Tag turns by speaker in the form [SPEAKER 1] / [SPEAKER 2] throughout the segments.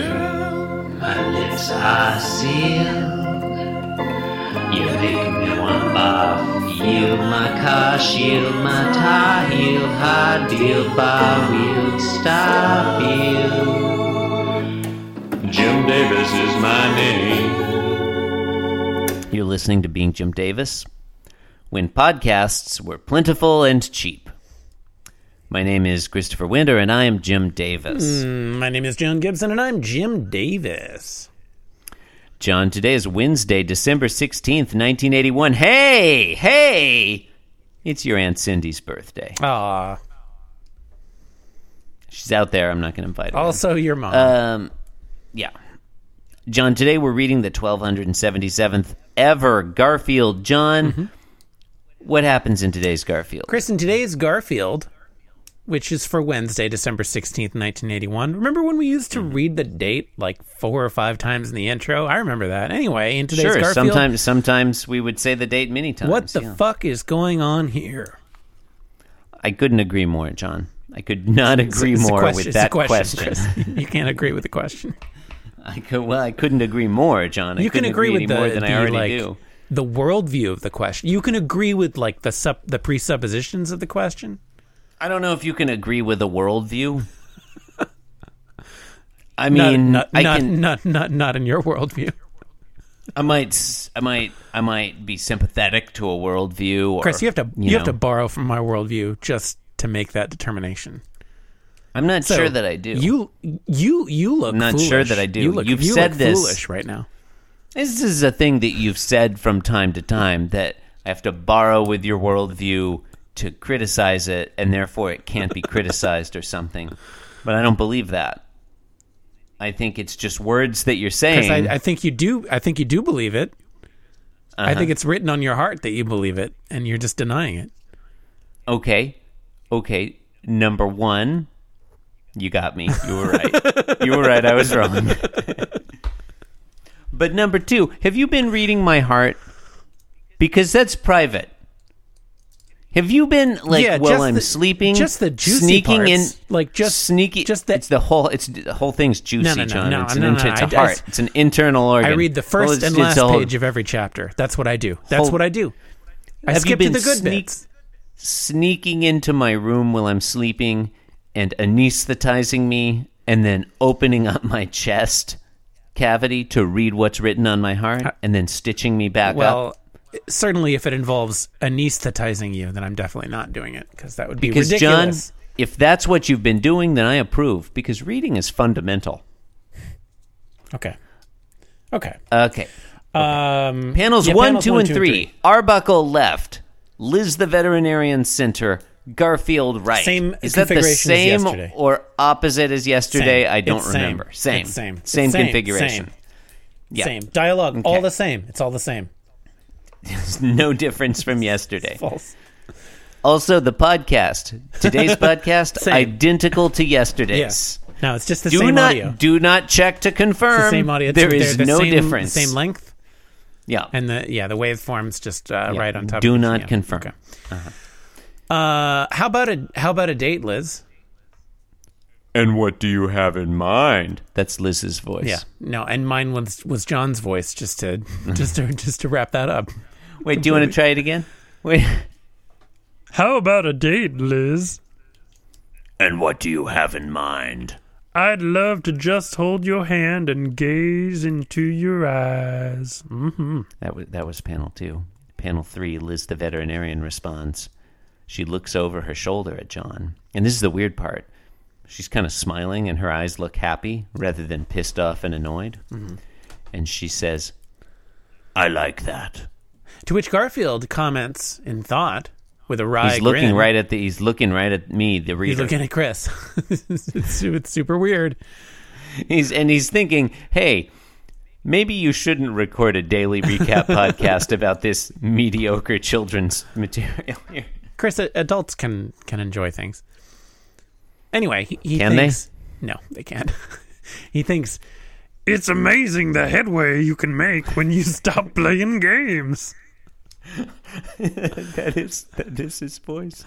[SPEAKER 1] Girl, my lips are sealed. You make me wanna barf. Yield my car, shield my tie, heel, hard deal, bar wheel, stop you. Jim Davis is my name. You're listening to Being Jim Davis when podcasts were plentiful and cheap. My name is Christopher Winder, and I am Jim Davis.
[SPEAKER 2] My name is John Gibson, and I'm Jim Davis.
[SPEAKER 1] John, today is Wednesday, December 16th, 1981. Hey, hey! It's your Aunt Cindy's birthday.
[SPEAKER 2] Ah,
[SPEAKER 1] She's out there. I'm not going to invite her.
[SPEAKER 2] also your mom.
[SPEAKER 1] Um, yeah. John, today we're reading the 1277th ever Garfield. John,
[SPEAKER 2] Mm-hmm.
[SPEAKER 1] what happens in today's Garfield?
[SPEAKER 2] Chris, and today is Garfield, which is for Wednesday, December 16th, 1981. Remember when we used to read the date like four or five times in the intro? I remember that. Anyway, in today's
[SPEAKER 1] sure.
[SPEAKER 2] Garfield,
[SPEAKER 1] Sometimes, sometimes we would say the date many times.
[SPEAKER 2] what the
[SPEAKER 1] yeah.
[SPEAKER 2] fuck is going on here?
[SPEAKER 1] I couldn't agree more, John. I could not agree
[SPEAKER 2] It's a
[SPEAKER 1] more
[SPEAKER 2] question-
[SPEAKER 1] with
[SPEAKER 2] it's a
[SPEAKER 1] that
[SPEAKER 2] question. Chris. you can't agree with the question.
[SPEAKER 1] I could, well, I couldn't agree more, John. I
[SPEAKER 2] you can
[SPEAKER 1] couldn't
[SPEAKER 2] agree, with
[SPEAKER 1] any
[SPEAKER 2] the,
[SPEAKER 1] more than I
[SPEAKER 2] the,
[SPEAKER 1] already
[SPEAKER 2] like,
[SPEAKER 1] do.
[SPEAKER 2] the worldview of the question. You can agree with like the sup- the presuppositions of the question.
[SPEAKER 1] I don't know if you can agree with a worldview. I
[SPEAKER 2] Not-
[SPEAKER 1] mean,
[SPEAKER 2] not,
[SPEAKER 1] I
[SPEAKER 2] not,
[SPEAKER 1] can.
[SPEAKER 2] not not not in your worldview.
[SPEAKER 1] I might. s- I might. I might be sympathetic to a worldview. Or,
[SPEAKER 2] Chris, you have to you, have
[SPEAKER 1] know.
[SPEAKER 2] to borrow from my worldview just to make that determination.
[SPEAKER 1] I'm not
[SPEAKER 2] So,
[SPEAKER 1] sure that I do.
[SPEAKER 2] You you you look.
[SPEAKER 1] I'm not
[SPEAKER 2] foolish.
[SPEAKER 1] sure that I do.
[SPEAKER 2] You look,
[SPEAKER 1] You've
[SPEAKER 2] you
[SPEAKER 1] said
[SPEAKER 2] look
[SPEAKER 1] this.
[SPEAKER 2] foolish right now.
[SPEAKER 1] This is a thing that you've said from time to time that I have to borrow with your worldview to criticize it, and therefore it can't be criticized or something. But I don't believe that. I think it's just words that you're
[SPEAKER 2] Chris, I,
[SPEAKER 1] saying.
[SPEAKER 2] I think you do. I think you do believe it. I
[SPEAKER 1] Uh-huh.
[SPEAKER 2] think it's written on your heart that you believe it, and you're just denying it.
[SPEAKER 1] okay, okay. Number one, you got me. You were right. you were right. I was wrong. but number two, have you been reading my heart? Because that's private. Have you been like
[SPEAKER 2] Yeah,
[SPEAKER 1] while
[SPEAKER 2] just
[SPEAKER 1] I'm
[SPEAKER 2] the-
[SPEAKER 1] sleeping,
[SPEAKER 2] just the juicy
[SPEAKER 1] sneaking
[SPEAKER 2] parts.
[SPEAKER 1] in,
[SPEAKER 2] Like, just-
[SPEAKER 1] sneaky,
[SPEAKER 2] just the-
[SPEAKER 1] it's the whole, it's the whole thing's juicy,
[SPEAKER 2] no,
[SPEAKER 1] John.
[SPEAKER 2] no,
[SPEAKER 1] it's
[SPEAKER 2] no,
[SPEAKER 1] an
[SPEAKER 2] no,
[SPEAKER 1] inter- it's
[SPEAKER 2] I-
[SPEAKER 1] a
[SPEAKER 2] I-
[SPEAKER 1] heart, it's an internal organ.
[SPEAKER 2] I read the
[SPEAKER 1] Well,
[SPEAKER 2] first
[SPEAKER 1] it's-
[SPEAKER 2] and
[SPEAKER 1] it's
[SPEAKER 2] last
[SPEAKER 1] a whole-
[SPEAKER 2] page of every chapter. That's what I do. That's
[SPEAKER 1] Whole-
[SPEAKER 2] what I do. I
[SPEAKER 1] Have you
[SPEAKER 2] skip to
[SPEAKER 1] been
[SPEAKER 2] the good
[SPEAKER 1] sneak-
[SPEAKER 2] bits.
[SPEAKER 1] sneaking into my room while I'm sleeping and anesthetizing me and then opening up my chest cavity to read what's written on my heart and then stitching me back up.
[SPEAKER 2] Uh, Well, certainly if it involves anesthetizing you, then I'm definitely not doing it because that would be
[SPEAKER 1] Because John,
[SPEAKER 2] ridiculous.
[SPEAKER 1] if that's what you've been doing, then I approve because reading is fundamental.
[SPEAKER 2] okay. Okay.
[SPEAKER 1] Okay.
[SPEAKER 2] Um,
[SPEAKER 1] Panels
[SPEAKER 2] yeah,
[SPEAKER 1] one,
[SPEAKER 2] panels
[SPEAKER 1] two,
[SPEAKER 2] one,
[SPEAKER 1] and
[SPEAKER 2] two, and
[SPEAKER 1] three.
[SPEAKER 2] three.
[SPEAKER 1] Arbuckle left. Liz the veterinarian center. Garfield right.
[SPEAKER 2] Same
[SPEAKER 1] Is that the
[SPEAKER 2] configuration as
[SPEAKER 1] same
[SPEAKER 2] yesterday.
[SPEAKER 1] or opposite as yesterday?
[SPEAKER 2] Same.
[SPEAKER 1] I don't
[SPEAKER 2] It's same.
[SPEAKER 1] remember.
[SPEAKER 2] It's
[SPEAKER 1] Same.
[SPEAKER 2] same. It's
[SPEAKER 1] Same
[SPEAKER 2] same.
[SPEAKER 1] configuration.
[SPEAKER 2] Same. Same dialogue,
[SPEAKER 1] Okay.
[SPEAKER 2] all the same. It's all the same.
[SPEAKER 1] no difference from yesterday.
[SPEAKER 2] False.
[SPEAKER 1] Also, the podcast. Today's podcast
[SPEAKER 2] Same.
[SPEAKER 1] identical to yesterday's.
[SPEAKER 2] Yes. No, it's just the
[SPEAKER 1] Do
[SPEAKER 2] same
[SPEAKER 1] not
[SPEAKER 2] audio. It's
[SPEAKER 1] do not check to confirm.
[SPEAKER 2] the same audio. It's-
[SPEAKER 1] There
[SPEAKER 2] they're
[SPEAKER 1] is
[SPEAKER 2] the
[SPEAKER 1] no
[SPEAKER 2] same,
[SPEAKER 1] difference.
[SPEAKER 2] Same length,
[SPEAKER 1] Yeah.
[SPEAKER 2] and the yeah, the waveform's just uh,
[SPEAKER 1] Yeah.
[SPEAKER 2] right on top.
[SPEAKER 1] Do
[SPEAKER 2] of each-
[SPEAKER 1] not
[SPEAKER 2] yeah.
[SPEAKER 1] confirm.
[SPEAKER 2] Okay. Uh, how about a how about a date, Liz?
[SPEAKER 1] And what do you have in mind? That's Liz's voice.
[SPEAKER 2] Yeah. No, and mine was was John's voice just to just to just to wrap that up.
[SPEAKER 1] Wait, do you want to try it again? Wait.
[SPEAKER 2] How about a date, Liz?
[SPEAKER 1] And what do you have in mind?
[SPEAKER 2] I'd love to just hold your hand and gaze into your eyes.
[SPEAKER 1] That was that was panel two. Panel three, Liz the veterinarian responds. She looks over her shoulder at John. And this is the weird part. She's kind of smiling and her eyes look happy rather than pissed off and annoyed.
[SPEAKER 2] Mm-hmm.
[SPEAKER 1] And she says, I like that.
[SPEAKER 2] To which Garfield comments in thought with a wry
[SPEAKER 1] He's looking
[SPEAKER 2] grin.
[SPEAKER 1] right at the he's looking right at me, the reader.
[SPEAKER 2] He's looking at Chris. it's, su- it's super weird.
[SPEAKER 1] He's and he's thinking, "Hey, maybe you shouldn't record a daily recap podcast about this mediocre children's material." here."
[SPEAKER 2] Chris, a- adults can can enjoy things. Anyway, he, he
[SPEAKER 1] Can they?
[SPEAKER 2] thinks, they? No, they can't. he thinks
[SPEAKER 3] It's amazing the headway you can make when you stop playing games.
[SPEAKER 1] that is that is his voice.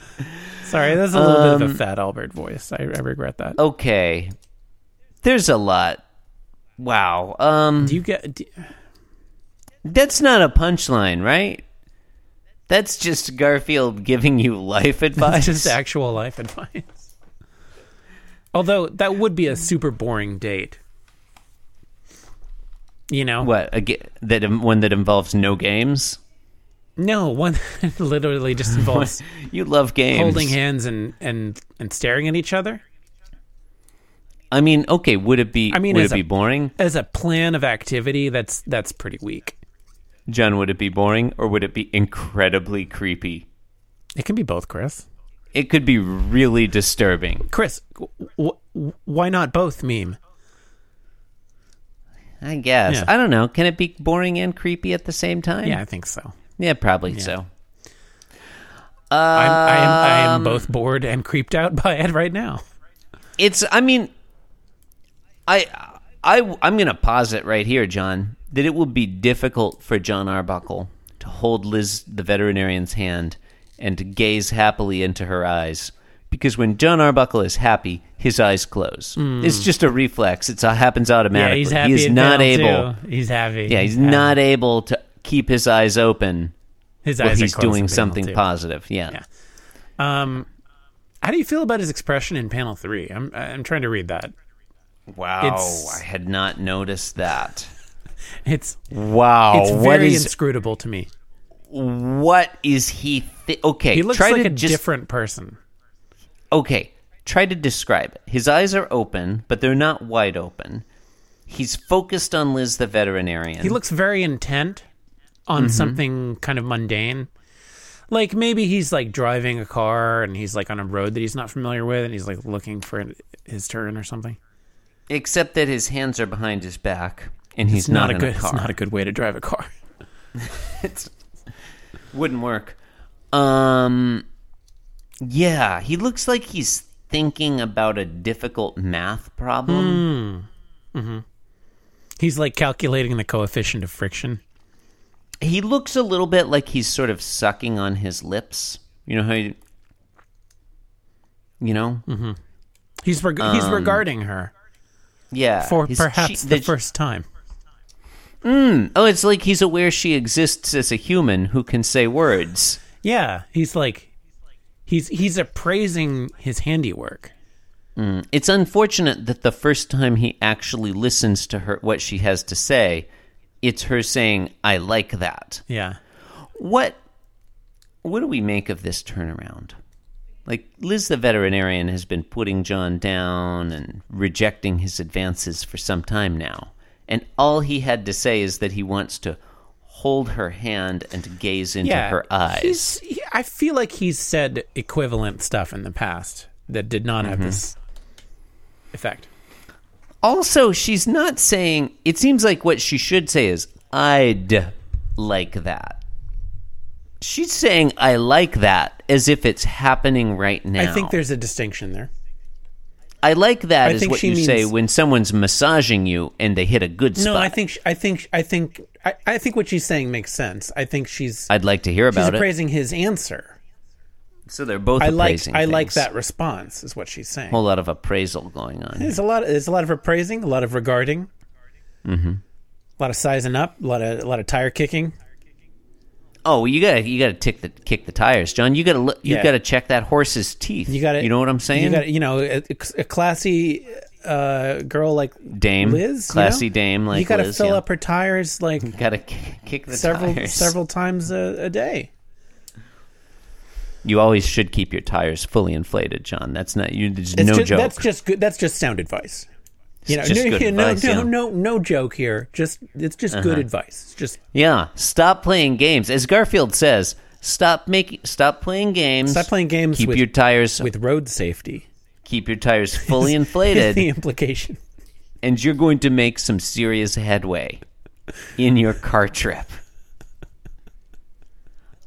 [SPEAKER 2] Sorry,
[SPEAKER 1] Um,
[SPEAKER 2] that's a little bit of a Fat Albert voice. I, I regret that.
[SPEAKER 1] Okay, there's a lot Wow. Um,
[SPEAKER 2] Do you get? Do,
[SPEAKER 1] that's not a punchline, right? That's just Garfield giving you life advice.
[SPEAKER 2] It's just actual life advice. Although that would be a super boring date. You know
[SPEAKER 1] what a ge- that im- one that involves no games.
[SPEAKER 2] No, one that literally just involves
[SPEAKER 1] You love games.
[SPEAKER 2] holding hands and and and staring at each other
[SPEAKER 1] I mean, okay. Would it be?
[SPEAKER 2] I mean,
[SPEAKER 1] would
[SPEAKER 2] as
[SPEAKER 1] it be
[SPEAKER 2] a-
[SPEAKER 1] boring?
[SPEAKER 2] as a plan of activity. That's that's pretty weak.
[SPEAKER 1] John, would it be boring or would it be incredibly creepy?
[SPEAKER 2] It can be both, Chris.
[SPEAKER 1] It could be really disturbing.
[SPEAKER 2] Chris, w- w- why not both? Meme.
[SPEAKER 1] I guess.
[SPEAKER 2] Yeah.
[SPEAKER 1] I don't know. Can it be boring and creepy at the same time?
[SPEAKER 2] Yeah, I think so.
[SPEAKER 1] Yeah, probably so.
[SPEAKER 2] I'm, I am I
[SPEAKER 1] Um,
[SPEAKER 2] am both bored and creeped out by it right now.
[SPEAKER 1] It's I mean I I I'm going to posit right here, John, that it would be difficult for John Arbuckle to hold Liz the veterinarian's hand and to gaze happily into her eyes because when John Arbuckle is happy, his eyes close. It's just a reflex. It's, it happens
[SPEAKER 2] Hmm. Yeah,
[SPEAKER 1] automatically.
[SPEAKER 2] he's happy.
[SPEAKER 1] he is
[SPEAKER 2] and
[SPEAKER 1] not
[SPEAKER 2] down,
[SPEAKER 1] able
[SPEAKER 2] too. He's happy.
[SPEAKER 1] Yeah, he's not able to keep his eyes open
[SPEAKER 2] His
[SPEAKER 1] while
[SPEAKER 2] eyes are
[SPEAKER 1] he's
[SPEAKER 2] closed in
[SPEAKER 1] doing
[SPEAKER 2] panel
[SPEAKER 1] something
[SPEAKER 2] two.
[SPEAKER 1] positive. Yeah.
[SPEAKER 2] Yeah. Um, how do you feel about his expression in panel three? I'm I'm trying to read that.
[SPEAKER 1] Wow.
[SPEAKER 2] It's-
[SPEAKER 1] I had not noticed that.
[SPEAKER 2] It's
[SPEAKER 1] Wow.
[SPEAKER 2] it's
[SPEAKER 1] Oh, what
[SPEAKER 2] very
[SPEAKER 1] is
[SPEAKER 2] inscrutable to me.
[SPEAKER 1] what is he thi- Okay.
[SPEAKER 2] He looks
[SPEAKER 1] try
[SPEAKER 2] like
[SPEAKER 1] to
[SPEAKER 2] a
[SPEAKER 1] just,
[SPEAKER 2] different person.
[SPEAKER 1] Okay. Try to describe it. His eyes are open, but they're not wide open. He's focused on Liz the veterinarian.
[SPEAKER 2] He looks very intent on
[SPEAKER 1] Mm-hmm.
[SPEAKER 2] something kind of mundane. Like maybe he's like driving a car and he's like on a road that he's not familiar with and he's like looking for his turn or something.
[SPEAKER 1] except that his hands are behind his back and he's
[SPEAKER 2] It's not,
[SPEAKER 1] not, in
[SPEAKER 2] a good.
[SPEAKER 1] car.
[SPEAKER 2] It's not a good way to drive a car.
[SPEAKER 1] Wouldn't work. Um yeah, he looks like he's thinking about a difficult math
[SPEAKER 2] Hmm.
[SPEAKER 1] problem.
[SPEAKER 2] He's like calculating the coefficient of friction.
[SPEAKER 1] He looks a little bit like he's sort of sucking on his lips. You know how you you know?
[SPEAKER 2] Mm-hmm. He's reg- he's regarding her
[SPEAKER 1] Yeah.
[SPEAKER 2] for
[SPEAKER 1] his
[SPEAKER 2] perhaps
[SPEAKER 1] Um, che-
[SPEAKER 2] the first time.
[SPEAKER 1] Oh, it's like he's aware she exists as a human who can say words.
[SPEAKER 2] Yeah, he's like he's he's appraising his handiwork.
[SPEAKER 1] It's unfortunate that the first time he actually listens to her what she has to say, it's her saying, "I like that."
[SPEAKER 2] Yeah.
[SPEAKER 1] what what do we make of this turnaround? Like Liz the veterinarian has been putting John down and rejecting his advances for some time now. And all he had to say is that he wants to hold her hand and to gaze into
[SPEAKER 2] Yeah.
[SPEAKER 1] her eyes.
[SPEAKER 2] He's, he, I feel like he's said equivalent stuff in the past that did not
[SPEAKER 1] Mm-hmm.
[SPEAKER 2] have this effect.
[SPEAKER 1] Also, she's not saying it seems like what she should say is I'd like that. She's saying I like that as if it's happening right now.
[SPEAKER 2] I think there's a distinction there.
[SPEAKER 1] I like that
[SPEAKER 2] I
[SPEAKER 1] is
[SPEAKER 2] think
[SPEAKER 1] what
[SPEAKER 2] she
[SPEAKER 1] you say
[SPEAKER 2] means-
[SPEAKER 1] when someone's massaging you and they hit a good
[SPEAKER 2] No,
[SPEAKER 1] spot.
[SPEAKER 2] I think sh- I think sh- I think I, I think what she's saying makes sense. I think she's
[SPEAKER 1] I'd like to hear
[SPEAKER 2] she's
[SPEAKER 1] about it.
[SPEAKER 2] appraising his answer.
[SPEAKER 1] So they're both
[SPEAKER 2] I like
[SPEAKER 1] appraising.
[SPEAKER 2] I like
[SPEAKER 1] things.
[SPEAKER 2] that response is what she's saying.
[SPEAKER 1] Whole lot of appraisal going on.
[SPEAKER 2] There's a lot. There's a lot of appraising, a lot of regarding,
[SPEAKER 1] Mm-hmm.
[SPEAKER 2] a lot of sizing up, a lot of a lot of tire kicking.
[SPEAKER 1] Oh, you gotta you gotta tick the kick the tires, John. You gotta look, you
[SPEAKER 2] Yeah.
[SPEAKER 1] gotta check that horse's teeth.
[SPEAKER 2] You got it.
[SPEAKER 1] You know what I'm saying?
[SPEAKER 2] You got You know, a, a classy uh, girl like
[SPEAKER 1] dame,
[SPEAKER 2] Liz, you
[SPEAKER 1] classy
[SPEAKER 2] know?
[SPEAKER 1] dame like
[SPEAKER 2] you got to
[SPEAKER 1] Liz,
[SPEAKER 2] fill
[SPEAKER 1] yeah.
[SPEAKER 2] up her tires like
[SPEAKER 1] Gotta k- kick the
[SPEAKER 2] several
[SPEAKER 1] tires.
[SPEAKER 2] several times a, a day.
[SPEAKER 1] You always should keep your tires fully inflated, John. That's not you. There's
[SPEAKER 2] It's
[SPEAKER 1] no
[SPEAKER 2] just,
[SPEAKER 1] joke.
[SPEAKER 2] That's just good. That's just sound advice. You know,
[SPEAKER 1] It's just
[SPEAKER 2] no,
[SPEAKER 1] good
[SPEAKER 2] no,
[SPEAKER 1] advice,
[SPEAKER 2] no,
[SPEAKER 1] yeah. Uh-huh.
[SPEAKER 2] no, no joke here. Just it's just good advice. It's just
[SPEAKER 1] yeah. Stop playing games, as Garfield says. Stop making. Stop playing games.
[SPEAKER 2] stop playing games
[SPEAKER 1] Keep
[SPEAKER 2] with
[SPEAKER 1] your tires
[SPEAKER 2] with road safety.
[SPEAKER 1] keep your tires fully
[SPEAKER 2] Is the
[SPEAKER 1] inflated
[SPEAKER 2] implication?
[SPEAKER 1] and you're going to make some serious headway in your car trip.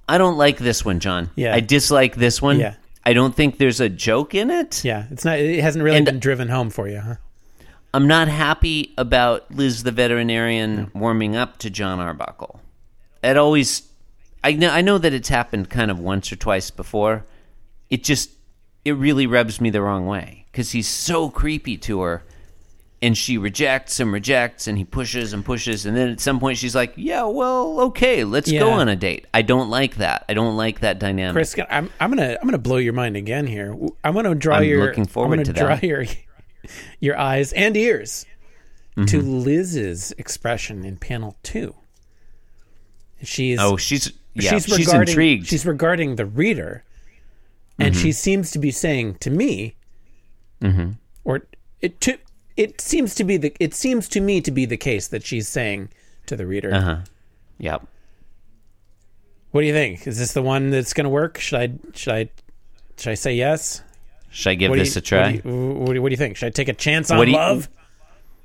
[SPEAKER 1] I don't like this one, John.
[SPEAKER 2] Yeah.
[SPEAKER 1] I dislike this one.
[SPEAKER 2] Yeah.
[SPEAKER 1] I don't think there's a joke in it.
[SPEAKER 2] Yeah, it's not. It hasn't really
[SPEAKER 1] And-
[SPEAKER 2] been driven home for you, huh?
[SPEAKER 1] I'm not happy about Liz the veterinarian warming up to John Arbuckle. It always I know I know that it's happened kind of once or twice before. It just it really rubs me the wrong way cuz he's so creepy to her and she rejects and rejects and he pushes and pushes and then at some point she's like yeah well okay let's go
[SPEAKER 2] Yeah.
[SPEAKER 1] on a date i don't like that i don't like that dynamic
[SPEAKER 2] Chris, can- I'm I'm gonna I'm gonna blow your mind again here. W- I'm gonna draw
[SPEAKER 1] I'm
[SPEAKER 2] your
[SPEAKER 1] looking forward
[SPEAKER 2] I'm gonna
[SPEAKER 1] to that.
[SPEAKER 2] draw your your eyes and ears to
[SPEAKER 1] Mm-hmm.
[SPEAKER 2] Liz's expression in panel two. She's
[SPEAKER 1] oh she's yeah
[SPEAKER 2] she's
[SPEAKER 1] she's,
[SPEAKER 2] regarding
[SPEAKER 1] intrigued Mm-hmm.
[SPEAKER 2] she's regarding the reader, and she seems to be saying to me, or it to it seems to be the it seems to me to be the case that she's saying to the reader.
[SPEAKER 1] Uh-huh. yep
[SPEAKER 2] What do you think? Is this the one that's going to work? Should I should I should I say yes?
[SPEAKER 1] should i give
[SPEAKER 2] What do
[SPEAKER 1] this
[SPEAKER 2] you-
[SPEAKER 1] a try
[SPEAKER 2] What do, you, what, do you, what do you think? Should I take a chance on
[SPEAKER 1] What do you-
[SPEAKER 2] love?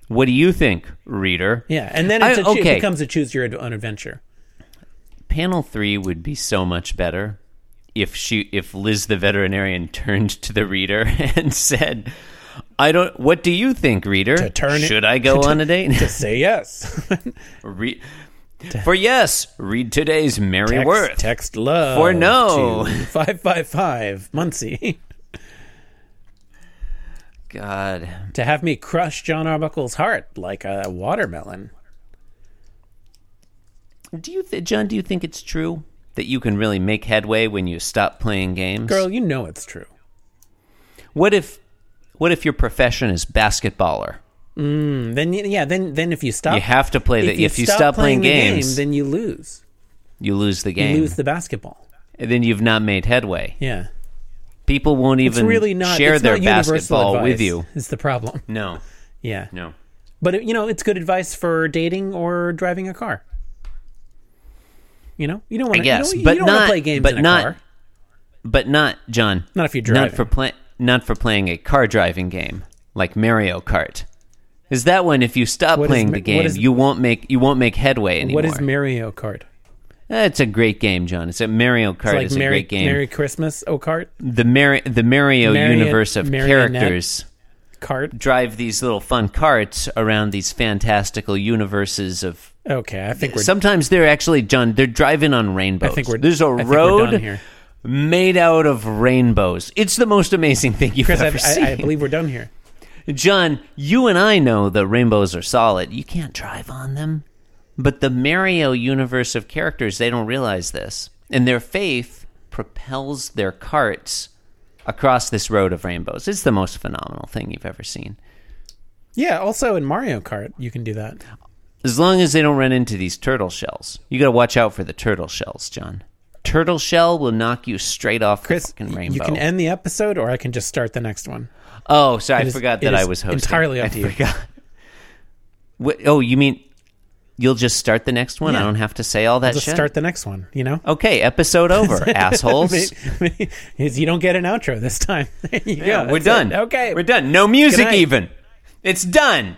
[SPEAKER 1] what do you think reader
[SPEAKER 2] Yeah, and then
[SPEAKER 1] I-
[SPEAKER 2] it's a choo- it
[SPEAKER 1] okay.
[SPEAKER 2] becomes a choose your own adventure.
[SPEAKER 1] panel three would be so much better if she if liz the veterinarian turned to the reader and said i don't what do you think reader to
[SPEAKER 2] turn it-
[SPEAKER 1] should i go on a date
[SPEAKER 2] Say yes.
[SPEAKER 1] Re- for yes read today's merry
[SPEAKER 2] text,
[SPEAKER 1] worth
[SPEAKER 2] text love
[SPEAKER 1] For no.
[SPEAKER 2] five five five Muncie
[SPEAKER 1] god
[SPEAKER 2] to have me crush John Arbuckle's heart like a watermelon.
[SPEAKER 1] do you th- john do you think it's true that you can really make headway when you stop playing games
[SPEAKER 2] Girl, you know it's true.
[SPEAKER 1] what if what if your profession is basketballer
[SPEAKER 2] And Hmm, then y- yeah, then then if you stop,
[SPEAKER 1] you have to play
[SPEAKER 2] if
[SPEAKER 1] that if, you stop, playing,
[SPEAKER 2] the
[SPEAKER 1] games
[SPEAKER 2] game, then you lose.
[SPEAKER 1] you lose the
[SPEAKER 2] You
[SPEAKER 1] game
[SPEAKER 2] lose the basketball.
[SPEAKER 1] and then you've not made headway
[SPEAKER 2] Yeah,
[SPEAKER 1] people won't
[SPEAKER 2] it's
[SPEAKER 1] even
[SPEAKER 2] really not
[SPEAKER 1] share
[SPEAKER 2] it's
[SPEAKER 1] their
[SPEAKER 2] not universal
[SPEAKER 1] basketball
[SPEAKER 2] advice
[SPEAKER 1] with you.
[SPEAKER 2] Is the problem?
[SPEAKER 1] No,
[SPEAKER 2] Yeah,
[SPEAKER 1] no.
[SPEAKER 2] But you know, it's good advice for dating or driving a car. You know, you don't want to.
[SPEAKER 1] guess,
[SPEAKER 2] you don't,
[SPEAKER 1] but
[SPEAKER 2] you don't wanna
[SPEAKER 1] not-
[SPEAKER 2] play games
[SPEAKER 1] but
[SPEAKER 2] in a
[SPEAKER 1] not-
[SPEAKER 2] car.
[SPEAKER 1] But not John.
[SPEAKER 2] Not if you're
[SPEAKER 1] Not
[SPEAKER 2] driving.
[SPEAKER 1] for play, Not for playing a car driving game like Mario Kart. Is that one? If you stop
[SPEAKER 2] What is
[SPEAKER 1] playing
[SPEAKER 2] Ma-
[SPEAKER 1] the
[SPEAKER 2] what
[SPEAKER 1] game,
[SPEAKER 2] is-
[SPEAKER 1] you won't make you won't make headway anymore.
[SPEAKER 2] What is Mario Kart?
[SPEAKER 1] That's a great game, John. It's a Mario Kart
[SPEAKER 2] Like
[SPEAKER 1] is a
[SPEAKER 2] Merry
[SPEAKER 1] great game.
[SPEAKER 2] Merry Christmas, oh, O Kart,
[SPEAKER 1] the Mari- the Mario
[SPEAKER 2] Mario-
[SPEAKER 1] universe of
[SPEAKER 2] marionette.
[SPEAKER 1] characters
[SPEAKER 2] Kart.
[SPEAKER 1] drive these little fun carts around these fantastical universes of
[SPEAKER 2] Okay, I think we're.
[SPEAKER 1] Sometimes they're actually John. They're driving on rainbows.
[SPEAKER 2] I think we're.
[SPEAKER 1] There's a
[SPEAKER 2] I think we're
[SPEAKER 1] road
[SPEAKER 2] done here.
[SPEAKER 1] made out of rainbows. It's the most amazing thing you've
[SPEAKER 2] Chris,
[SPEAKER 1] ever
[SPEAKER 2] I,
[SPEAKER 1] seen.
[SPEAKER 2] I, I believe we're done here.
[SPEAKER 1] John, you and I know that rainbows are solid. You can't drive on them. But the Mario universe of characters, they don't realize this, and their faith propels their carts across this road of rainbows. It's the most phenomenal thing you've ever seen.
[SPEAKER 2] Yeah. Also, in Mario Kart, you can do that.
[SPEAKER 1] As long as they don't run into these turtle shells. You gotta watch out for the turtle shells, John. Turtle shell will knock you straight off
[SPEAKER 2] Chris,
[SPEAKER 1] the fucking
[SPEAKER 2] y-
[SPEAKER 1] rainbow.
[SPEAKER 2] you can end the episode, or I can just start the next one.
[SPEAKER 1] oh, sorry,
[SPEAKER 2] It
[SPEAKER 1] I
[SPEAKER 2] is-
[SPEAKER 1] forgot
[SPEAKER 2] it
[SPEAKER 1] that I
[SPEAKER 2] is
[SPEAKER 1] was hosting.
[SPEAKER 2] entirely up
[SPEAKER 1] I
[SPEAKER 2] to you.
[SPEAKER 1] forgot. What, oh, you mean you'll just start the next one? I
[SPEAKER 2] Yeah.
[SPEAKER 1] don't have to say all that
[SPEAKER 2] Just
[SPEAKER 1] shit.
[SPEAKER 2] start the next one. You know.
[SPEAKER 1] okay, episode over, assholes.
[SPEAKER 2] Is you don't get an outro this time. There you
[SPEAKER 1] Yeah,
[SPEAKER 2] go.
[SPEAKER 1] we're
[SPEAKER 2] That's
[SPEAKER 1] done.
[SPEAKER 2] it. Okay.
[SPEAKER 1] we're done. No music
[SPEAKER 2] night.
[SPEAKER 1] even. It's done.